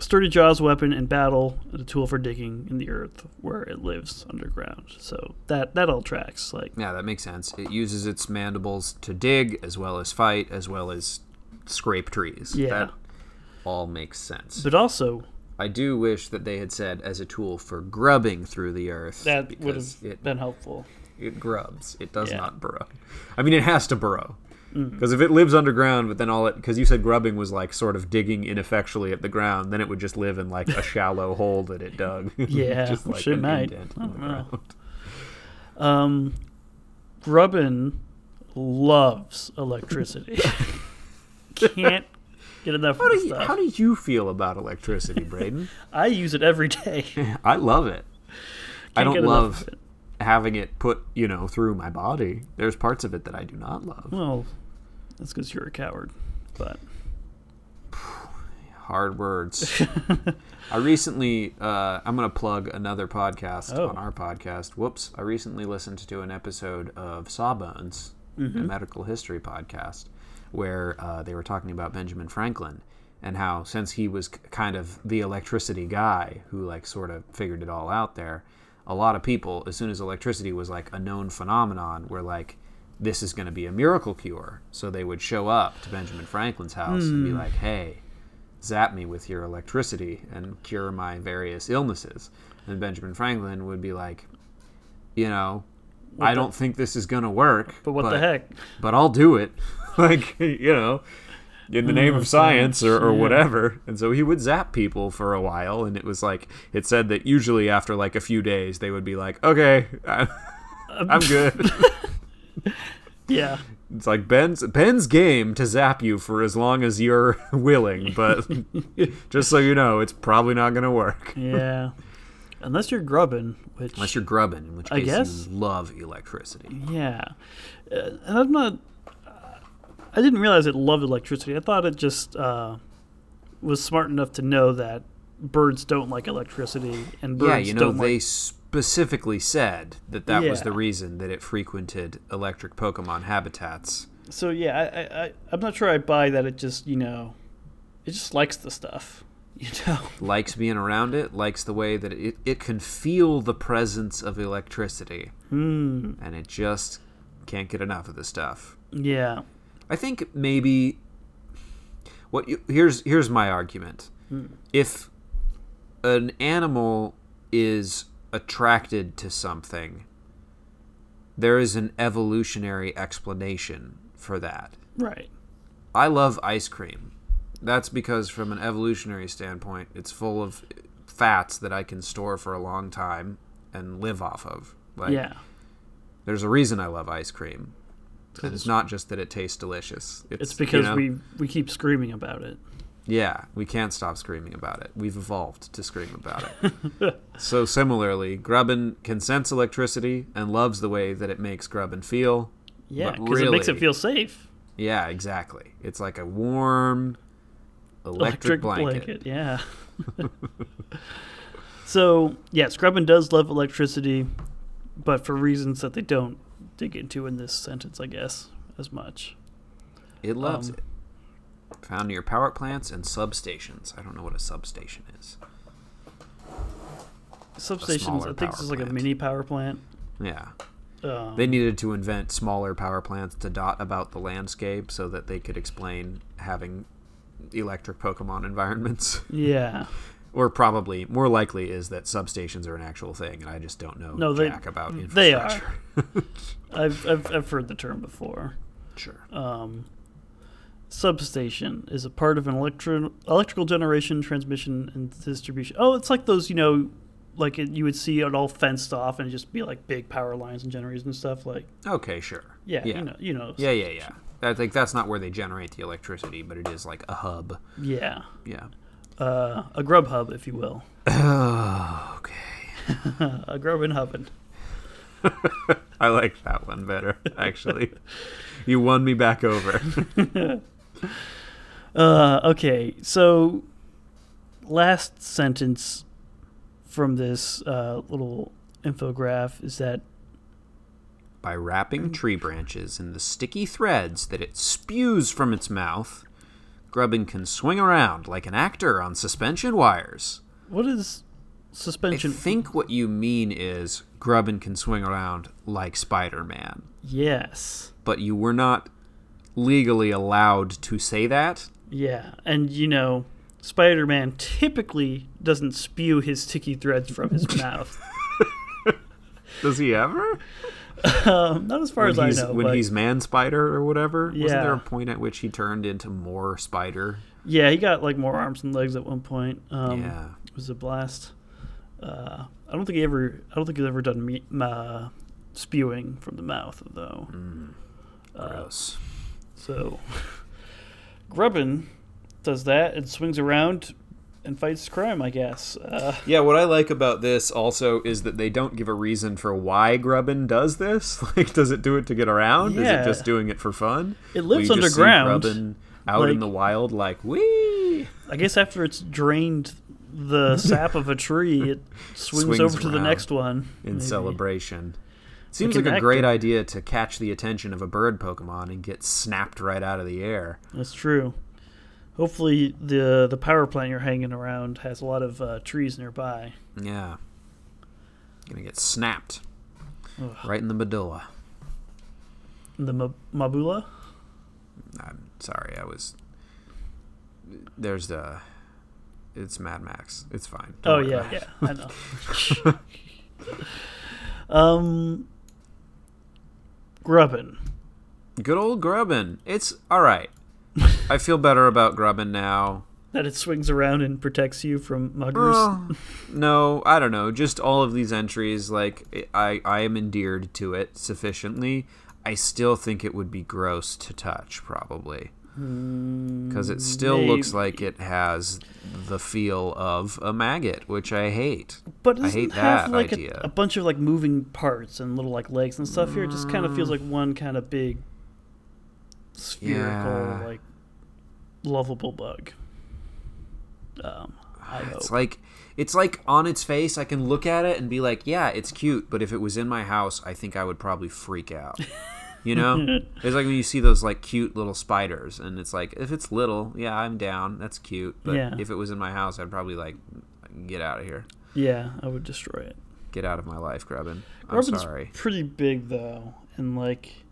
Speaker 1: sturdy jaws, weapon in battle, and a tool for digging in the earth where it lives underground. So that that all tracks. Like,
Speaker 2: Yeah, that makes sense. It uses its mandibles to dig as well as fight as well as scrape trees.
Speaker 1: Yeah.
Speaker 2: That all makes sense.
Speaker 1: but also
Speaker 2: I do wish that they had said as a tool for grubbing through the earth.
Speaker 1: that would have
Speaker 2: because it,
Speaker 1: been helpful.
Speaker 2: it grubs. It does
Speaker 1: Yeah. Mm.
Speaker 2: not burrow. I mean, it has to burrow. Because if it lives underground, but then all it, because you said grubbing was like sort of digging ineffectually at the ground, then it would just live in like a shallow hole that it dug.
Speaker 1: Yeah,
Speaker 2: just
Speaker 1: which
Speaker 2: like
Speaker 1: it
Speaker 2: an
Speaker 1: might.
Speaker 2: indent
Speaker 1: I
Speaker 2: in the
Speaker 1: don't know.
Speaker 2: ground.
Speaker 1: Um, Grubbin loves electricity. Can't get enough
Speaker 2: How
Speaker 1: of
Speaker 2: do,
Speaker 1: this
Speaker 2: you,
Speaker 1: stuff.
Speaker 2: how do you feel about electricity, Braden?
Speaker 1: I use it every day.
Speaker 2: I love it. I
Speaker 1: Can't get
Speaker 2: don't
Speaker 1: enough
Speaker 2: love
Speaker 1: of it.
Speaker 2: having it put, you know, through my body. There's parts of it that I do not love.
Speaker 1: Well, that's because you're a coward. But
Speaker 2: Hard words. I recently, uh, I'm going to plug another podcast
Speaker 1: Oh.
Speaker 2: on our podcast. Whoops. I recently listened to an episode of Sawbones, a medical history podcast, where uh, they were talking about Benjamin Franklin and how since he was k- kind of the electricity guy who like sort of figured it all out there, a lot of people, as soon as electricity was like a known phenomenon, were like, this is going to be a miracle cure. So they would show up to Benjamin Franklin's house and be like, hey, zap me with your electricity and cure my various illnesses. And Benjamin Franklin would be like, you know, I don't think this is going to work.
Speaker 1: but what the heck?
Speaker 2: But I'll do it. like, you know, in the name of science or, or
Speaker 1: Mm, yeah.
Speaker 2: whatever. And so he would zap people for a while. And it was like, it said that usually after like a few days, they would be like, okay, I-
Speaker 1: Um,
Speaker 2: I'm good.
Speaker 1: Yeah.
Speaker 2: It's like Ben's Ben's game to zap you for as long as you're willing, but just so you know, it's probably not going to work.
Speaker 1: Yeah. Unless you're grubbing, which
Speaker 2: Unless you're grubbing, in which
Speaker 1: I
Speaker 2: case
Speaker 1: guess.
Speaker 2: you love electricity.
Speaker 1: yeah, uh, and I'm not. I didn't realize it loved electricity. I thought it just uh, was smart enough to know that birds don't like electricity, and birds
Speaker 2: yeah, you know
Speaker 1: don't
Speaker 2: they
Speaker 1: like.
Speaker 2: specifically said that that was
Speaker 1: Yeah.
Speaker 2: the reason that it frequented electric Pokemon habitats.
Speaker 1: So yeah, I, I, I I'm not sure I buy that. It just you know, it just likes the stuff. You know,
Speaker 2: likes being around it, likes the way that it, it can feel the presence of electricity.
Speaker 1: Hmm.
Speaker 2: And it just can't get enough of this stuff.
Speaker 1: yeah,
Speaker 2: I think maybe what you, here's here's my argument.
Speaker 1: Hmm.
Speaker 2: If an animal is attracted to something, there is an evolutionary explanation for that.
Speaker 1: right.
Speaker 2: I love ice cream. That's because, from an evolutionary standpoint, it's full of fats that I can store for a long time and live off of. Like,
Speaker 1: yeah,
Speaker 2: there's a reason I love ice cream. And it's not just that it tastes delicious.
Speaker 1: it's because
Speaker 2: you know,
Speaker 1: we we keep screaming about it.
Speaker 2: yeah, we can't stop screaming about it. We've evolved to scream about it. so similarly, Grubbin can sense electricity and loves the way that it makes Grubbin feel.
Speaker 1: Yeah,
Speaker 2: But
Speaker 1: because it makes it
Speaker 2: really-
Speaker 1: feel safe.
Speaker 2: Yeah, exactly. It's like a warm electric, blanket.
Speaker 1: Yeah. so yeah, Scrubbin does love electricity, but for reasons that they don't dig into in this sentence, I guess, as much.
Speaker 2: It loves
Speaker 1: Um,
Speaker 2: it. Found near power plants and substations. I don't know what a substation is.
Speaker 1: Substations, I
Speaker 2: smaller
Speaker 1: think
Speaker 2: power
Speaker 1: this is like a
Speaker 2: plant.
Speaker 1: mini power plant.
Speaker 2: Yeah.
Speaker 1: Um,
Speaker 2: They needed to invent smaller power plants to dot about the landscape so that they could explain having electric Pokemon environments.
Speaker 1: yeah,
Speaker 2: or probably, more likely, is that substations are an actual thing, and I just don't know
Speaker 1: No, they-
Speaker 2: jack about infrastructure.
Speaker 1: they are. I've, I've I've heard the term before.
Speaker 2: Sure.
Speaker 1: um, substation is a part of an electro- electrical generation, transmission, and distribution. Oh, it's like those, you know, like it, you would see it all fenced off and it'd just be like big power lines and generators and stuff. Like,
Speaker 2: Okay, sure.
Speaker 1: yeah,
Speaker 2: yeah.
Speaker 1: you know, you know,
Speaker 2: yeah, yeah, yeah. I think that's not where they generate the electricity, but it is like a hub.
Speaker 1: yeah,
Speaker 2: Yeah.
Speaker 1: uh, a grub hub, if you will, Uh,
Speaker 2: okay.
Speaker 1: a grub and hubbin.
Speaker 2: I like that one better, actually. you won me back over.
Speaker 1: Uh, okay, so last sentence from this uh, little infograph is that
Speaker 2: By wrapping tree branches in the sticky threads that it spews from its mouth, Grubbin can swing around like an actor on suspension wires.
Speaker 1: what is
Speaker 2: I
Speaker 1: suspension?
Speaker 2: think what you mean is Grubbin can swing around like Spider Man,
Speaker 1: yes.
Speaker 2: but you were not legally allowed to say that.
Speaker 1: Yeah, and you know, Spider Man typically doesn't spew his sticky threads from his mouth.
Speaker 2: Does he ever?
Speaker 1: Um, not as far
Speaker 2: When
Speaker 1: as
Speaker 2: he's,
Speaker 1: I know.
Speaker 2: when
Speaker 1: but
Speaker 2: he's Man Spider or whatever? Wasn't there a
Speaker 1: Yeah.
Speaker 2: point at which he turned into more Spider?
Speaker 1: yeah, he got like more arms and legs at one point. Um,
Speaker 2: yeah.
Speaker 1: It was a blast. Uh, I don't think he ever. I don't think he's ever done me- uh, spewing from the mouth though.
Speaker 2: Mm. Gross.
Speaker 1: So Grubbin does that and swings around and fights crime. I guess. Uh,
Speaker 2: Yeah, what I like about this also is that they don't give a reason for why Grubbin does this. Like, does it do it to get around?
Speaker 1: Yeah.
Speaker 2: Is it just doing it for fun?
Speaker 1: It lives
Speaker 2: We just see
Speaker 1: underground.
Speaker 2: Grubbin out
Speaker 1: Like-
Speaker 2: in the wild, like wee,
Speaker 1: I guess after it's drained the sap of a tree, it swings,
Speaker 2: Swings
Speaker 1: over to the
Speaker 2: around
Speaker 1: next one.
Speaker 2: in
Speaker 1: maybe.
Speaker 2: celebration. Seems
Speaker 1: Like
Speaker 2: like
Speaker 1: an
Speaker 2: a great
Speaker 1: actor.
Speaker 2: idea to catch the attention of a bird Pokemon and get snapped right out of the air.
Speaker 1: That's true. Hopefully, the the power plant you're hanging around has a lot of uh, trees nearby.
Speaker 2: Yeah, gonna get snapped
Speaker 1: Ugh.
Speaker 2: right in the medulla.
Speaker 1: The Ma- Mabula.
Speaker 2: I'm sorry, I was. There's the. It's Mad Max. It's fine. Don't
Speaker 1: Oh
Speaker 2: worry
Speaker 1: yeah,
Speaker 2: about it.
Speaker 1: yeah, I know. um, Grubbin.
Speaker 2: Good old Grubbin. It's all right. I feel better about Grubbin now.
Speaker 1: That it swings around and protects you from muggers.
Speaker 2: Well, no, I don't know. Just all of these entries, like I, I am endeared to it sufficiently. I still think it would be gross to touch, probably, because it still looks like it has the feel of a maggot, which I hate.
Speaker 1: But
Speaker 2: I
Speaker 1: doesn't
Speaker 2: hate
Speaker 1: have
Speaker 2: that
Speaker 1: like
Speaker 2: idea.
Speaker 1: A, a bunch of like moving parts and little like legs and stuff here. It just kind of feels like
Speaker 2: Mm.
Speaker 1: one kind of big spherical
Speaker 2: Yeah.
Speaker 1: like lovable bug. Um, I hope.
Speaker 2: It's like it's like on its face. I can look at it and be like, yeah, it's cute. But if it was in my house, I think I would probably freak out. You know, it's like when you see those like cute little spiders, and it's like if it's little, yeah, I'm down. That's cute. But
Speaker 1: Yeah.
Speaker 2: if it was in my house, I'd probably like get out of here,
Speaker 1: Yeah, I would destroy it.
Speaker 2: get out of my life, Grubbin. I'm
Speaker 1: Grubbin's
Speaker 2: sorry.
Speaker 1: pretty big though, and like,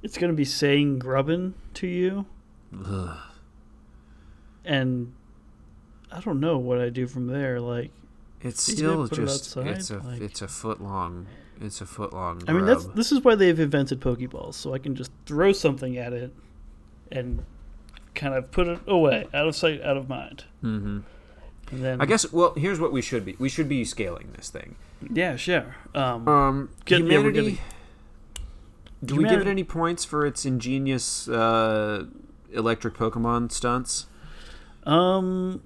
Speaker 1: it's gonna be saying grubbin to you,
Speaker 2: Ugh.
Speaker 1: and I don't know what I do from there. Like,
Speaker 2: It's
Speaker 1: You
Speaker 2: still
Speaker 1: can't put it
Speaker 2: just
Speaker 1: outside,
Speaker 2: it's a
Speaker 1: like-
Speaker 2: it's a foot long it's a foot long.
Speaker 1: I mean, that's this is why they've invented pokeballs, so I can just throw something at it, and kind of put it away, out of sight, out of mind.
Speaker 2: hmm
Speaker 1: And then
Speaker 2: I guess. Well, here's what we should be. We should be scaling this thing.
Speaker 1: yeah, sure. Um,
Speaker 2: Um,
Speaker 1: Get- yeah, we're
Speaker 2: humanity.
Speaker 1: gonna-
Speaker 2: do we give it
Speaker 1: Humani-
Speaker 2: any points for its ingenious uh, electric Pokemon stunts?
Speaker 1: Um,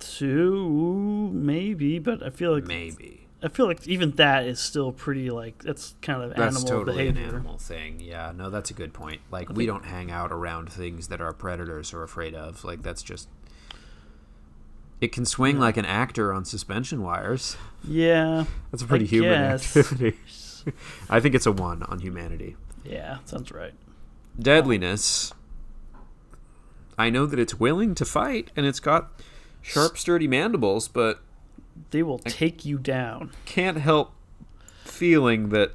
Speaker 1: two maybe, but I feel like
Speaker 2: Maybe
Speaker 1: I feel like even that is still pretty like that's kind of
Speaker 2: that's
Speaker 1: animal
Speaker 2: totally
Speaker 1: behavior.
Speaker 2: an animal thing. Yeah, no, that's a good point. Like we don't hang out around things that our predators are afraid of. Like that's just. It can swing like an actor on suspension wires.
Speaker 1: Yeah,
Speaker 2: That's a pretty
Speaker 1: I
Speaker 2: human
Speaker 1: guess.
Speaker 2: activity. I think it's a one on humanity.
Speaker 1: yeah, sounds right.
Speaker 2: Deadliness. I know that it's willing to fight and it's got sharp, sturdy mandibles, but
Speaker 1: They will take you down.
Speaker 2: can't help feeling that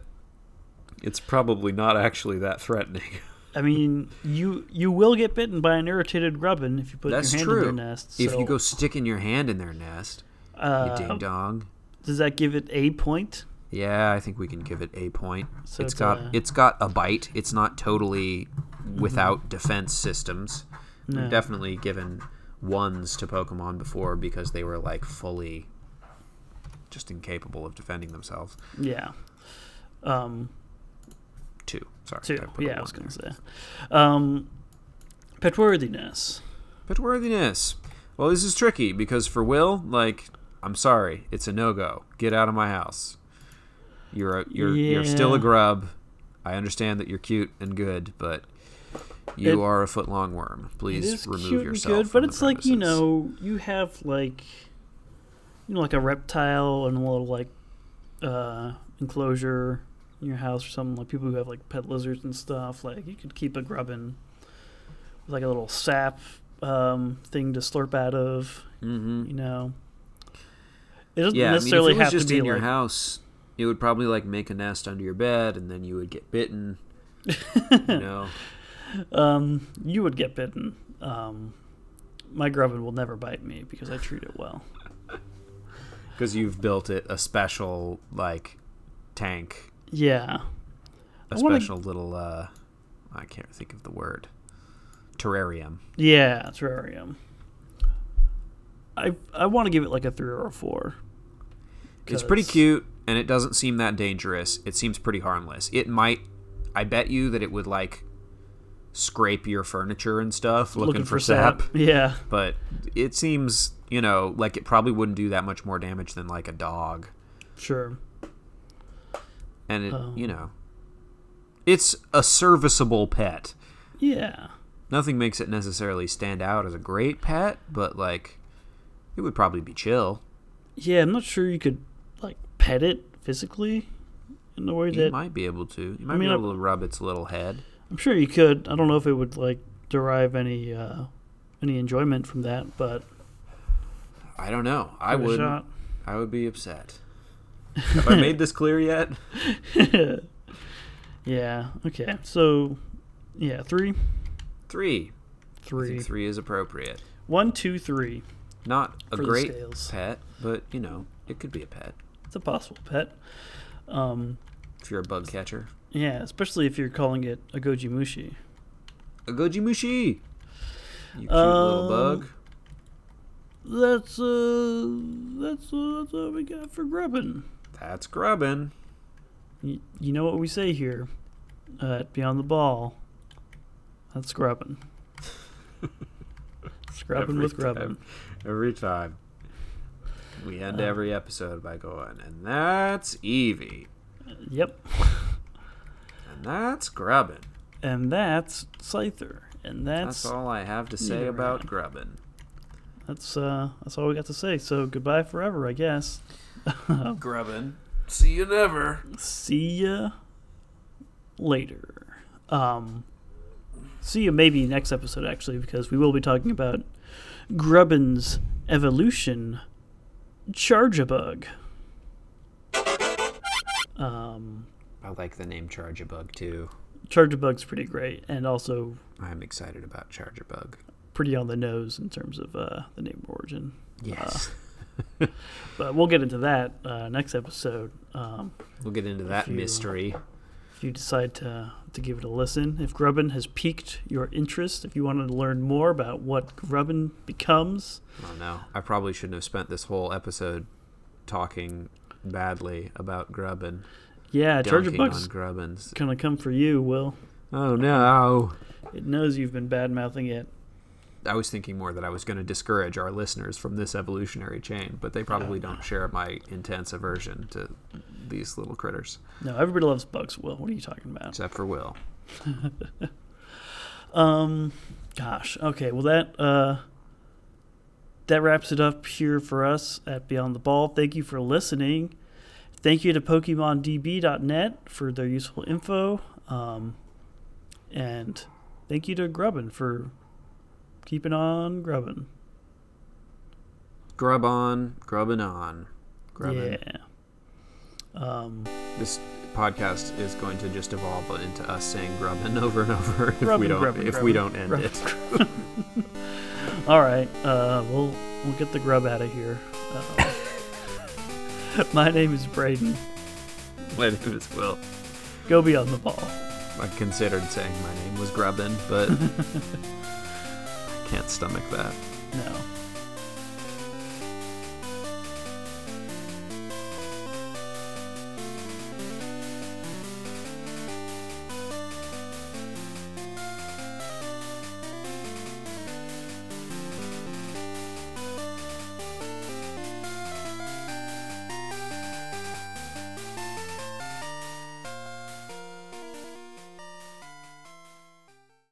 Speaker 2: it's probably not actually that threatening.
Speaker 1: I mean, you you will get bitten by an irritated grubbin if you put
Speaker 2: That's
Speaker 1: your hand
Speaker 2: true.
Speaker 1: in their nest.
Speaker 2: if you
Speaker 1: so,
Speaker 2: go sticking your hand in their nest, you
Speaker 1: uh,
Speaker 2: ding dong.
Speaker 1: does that give it a point?
Speaker 2: Yeah, I think we can give it a point.
Speaker 1: So it's
Speaker 2: it's got
Speaker 1: a-
Speaker 2: it's got a bite. It's not totally without defense systems. We've
Speaker 1: No.
Speaker 2: definitely given ones to Pokemon before because they were like fully just incapable of defending themselves.
Speaker 1: Yeah. Um,
Speaker 2: Two, sorry,
Speaker 1: two.
Speaker 2: I put a
Speaker 1: Yeah, I was
Speaker 2: one
Speaker 1: gonna say. Um, pet worthiness.
Speaker 2: there. But worthiness. Well, this is tricky because for Will, like, I'm sorry, it's a no go. Get out of my house. You're a, you're you're still a
Speaker 1: Yeah.
Speaker 2: grub. I understand that you're cute and good, but you
Speaker 1: It-
Speaker 2: are a foot long worm. Please
Speaker 1: it is
Speaker 2: remove
Speaker 1: cute
Speaker 2: yourself.
Speaker 1: and good,
Speaker 2: from
Speaker 1: but
Speaker 2: the
Speaker 1: it's like you
Speaker 2: premises.
Speaker 1: know, you have like, you know, like a reptile and a little like uh, enclosure in your house or something. Like people who have like pet lizards and stuff. Like you could keep a grubbin, with, like a little sap um, thing to slurp out of.
Speaker 2: Mhm.
Speaker 1: You know, it doesn't
Speaker 2: Yeah,
Speaker 1: necessarily
Speaker 2: I mean, if it was
Speaker 1: have
Speaker 2: just
Speaker 1: to be
Speaker 2: in your
Speaker 1: like
Speaker 2: house. It would probably like make a nest under your bed, and then you would get bitten. you know,
Speaker 1: um, you would get bitten. Um, my grubbin will never bite me because I treat it well.
Speaker 2: because you've built it a special like tank,
Speaker 1: Yeah.
Speaker 2: a
Speaker 1: I wanna-
Speaker 2: special little. uh I can't think of the word. Terrarium.
Speaker 1: Yeah, terrarium. I I want to give it like a three or a four.
Speaker 2: It's pretty
Speaker 1: 'Cause-
Speaker 2: cute, and it doesn't seem that dangerous. It seems pretty harmless. It might. I bet you that it would like scrape your furniture and stuff looking, for, sap.
Speaker 1: Yeah,
Speaker 2: but it seems you know like it probably wouldn't do that much more damage than like a dog
Speaker 1: sure.
Speaker 2: and it
Speaker 1: Oh.
Speaker 2: you know it's a serviceable pet
Speaker 1: Yeah,
Speaker 2: nothing makes it necessarily stand out as a great pet but like it would probably be chill
Speaker 1: yeah. I'm not sure you could like pet it physically in the way
Speaker 2: you
Speaker 1: that
Speaker 2: might be able to you might
Speaker 1: mean,
Speaker 2: be
Speaker 1: I-
Speaker 2: able to rub its little head
Speaker 1: I'm sure you could. I don't know if it would like derive any uh any enjoyment from that, but
Speaker 2: i don't know i
Speaker 1: give it a
Speaker 2: would
Speaker 1: shot.
Speaker 2: i would be upset have i made this clear yet
Speaker 1: yeah. Okay. So, yeah, three,
Speaker 2: three I
Speaker 1: three,
Speaker 2: think three is appropriate
Speaker 1: one, two, three.
Speaker 2: not a
Speaker 1: For the
Speaker 2: great
Speaker 1: scales.
Speaker 2: pet but you know it could be a pet
Speaker 1: It's a possible pet. Um,
Speaker 2: if you're a bug catcher
Speaker 1: yeah, especially if you're calling it a gojimushi.
Speaker 2: A Gojimushi. You cute
Speaker 1: Um,
Speaker 2: little bug.
Speaker 1: That's uh, that's uh, that's what we got for grubbin.
Speaker 2: That's grubbin.
Speaker 1: You, you know what we say here uh, at Beyond the Ball. That's grubbin. Scrubbing with
Speaker 2: Every time.
Speaker 1: grubbin. Um.
Speaker 2: Every time. We end every episode by going, and that's Eevee.
Speaker 1: Uh, Yep.
Speaker 2: And that's grubbin.
Speaker 1: And that's Scyther. And
Speaker 2: That's,
Speaker 1: that's
Speaker 2: all I have to say
Speaker 1: Neither
Speaker 2: about
Speaker 1: am I.
Speaker 2: grubbin.
Speaker 1: that's uh that's all we got to say. So goodbye forever, I guess.
Speaker 2: Grubbin. See you never.
Speaker 1: See ya later. Um, see you maybe next episode, actually, because we will be talking about Grubbin's evolution charge a bug. Um,
Speaker 2: I like the name Charger Bug too.
Speaker 1: charge a bug's pretty great and also
Speaker 2: I'm excited about Charger Bug.
Speaker 1: pretty on the nose in terms of uh, the name of origin.
Speaker 2: Yes. Uh.
Speaker 1: But we'll get into that uh, next episode. Um,
Speaker 2: we'll get into that
Speaker 1: you-
Speaker 2: mystery.
Speaker 1: if you decide to, to give it a listen. If Grubbin has piqued your interest, if you wanted to learn more about what Grubbin becomes,
Speaker 2: Oh no. I probably shouldn't have spent this whole episode talking badly about Grubbin.
Speaker 1: yeah, Charger
Speaker 2: dunking on
Speaker 1: Bug's
Speaker 2: Grubbins.
Speaker 1: gonna come for you, Will.
Speaker 2: Oh no.
Speaker 1: It knows you've been bad mouthing it.
Speaker 2: I was thinking more that I was going to discourage our listeners from this evolutionary chain, but they probably don't share my intense aversion to these little critters,
Speaker 1: No, everybody loves bugs, Will. What are you talking about?
Speaker 2: except for Will.
Speaker 1: Um, gosh. Okay. Well, that uh, that wraps it up here for us at Beyond the Ball. Thank you for listening. Thank you to PokemonDB.net for their useful info, um, and thank you to Grubbin for keeping on grubbing.
Speaker 2: Grub on, grubbing on, grubbing.
Speaker 1: Yeah. Um,
Speaker 2: This podcast is going to just evolve into us saying grubbing over and over if we
Speaker 1: Grubbin',
Speaker 2: don't
Speaker 1: grubbin',
Speaker 2: if we don't
Speaker 1: grubbin',
Speaker 2: end
Speaker 1: grubbin'.
Speaker 2: it.
Speaker 1: all right. Uh, we'll we'll get the grub out of here. Uh, my name is Braden.
Speaker 2: My name is Will.
Speaker 1: Go beyond the ball.
Speaker 2: I considered saying my name was grubbing, but I can't stomach that.
Speaker 1: No.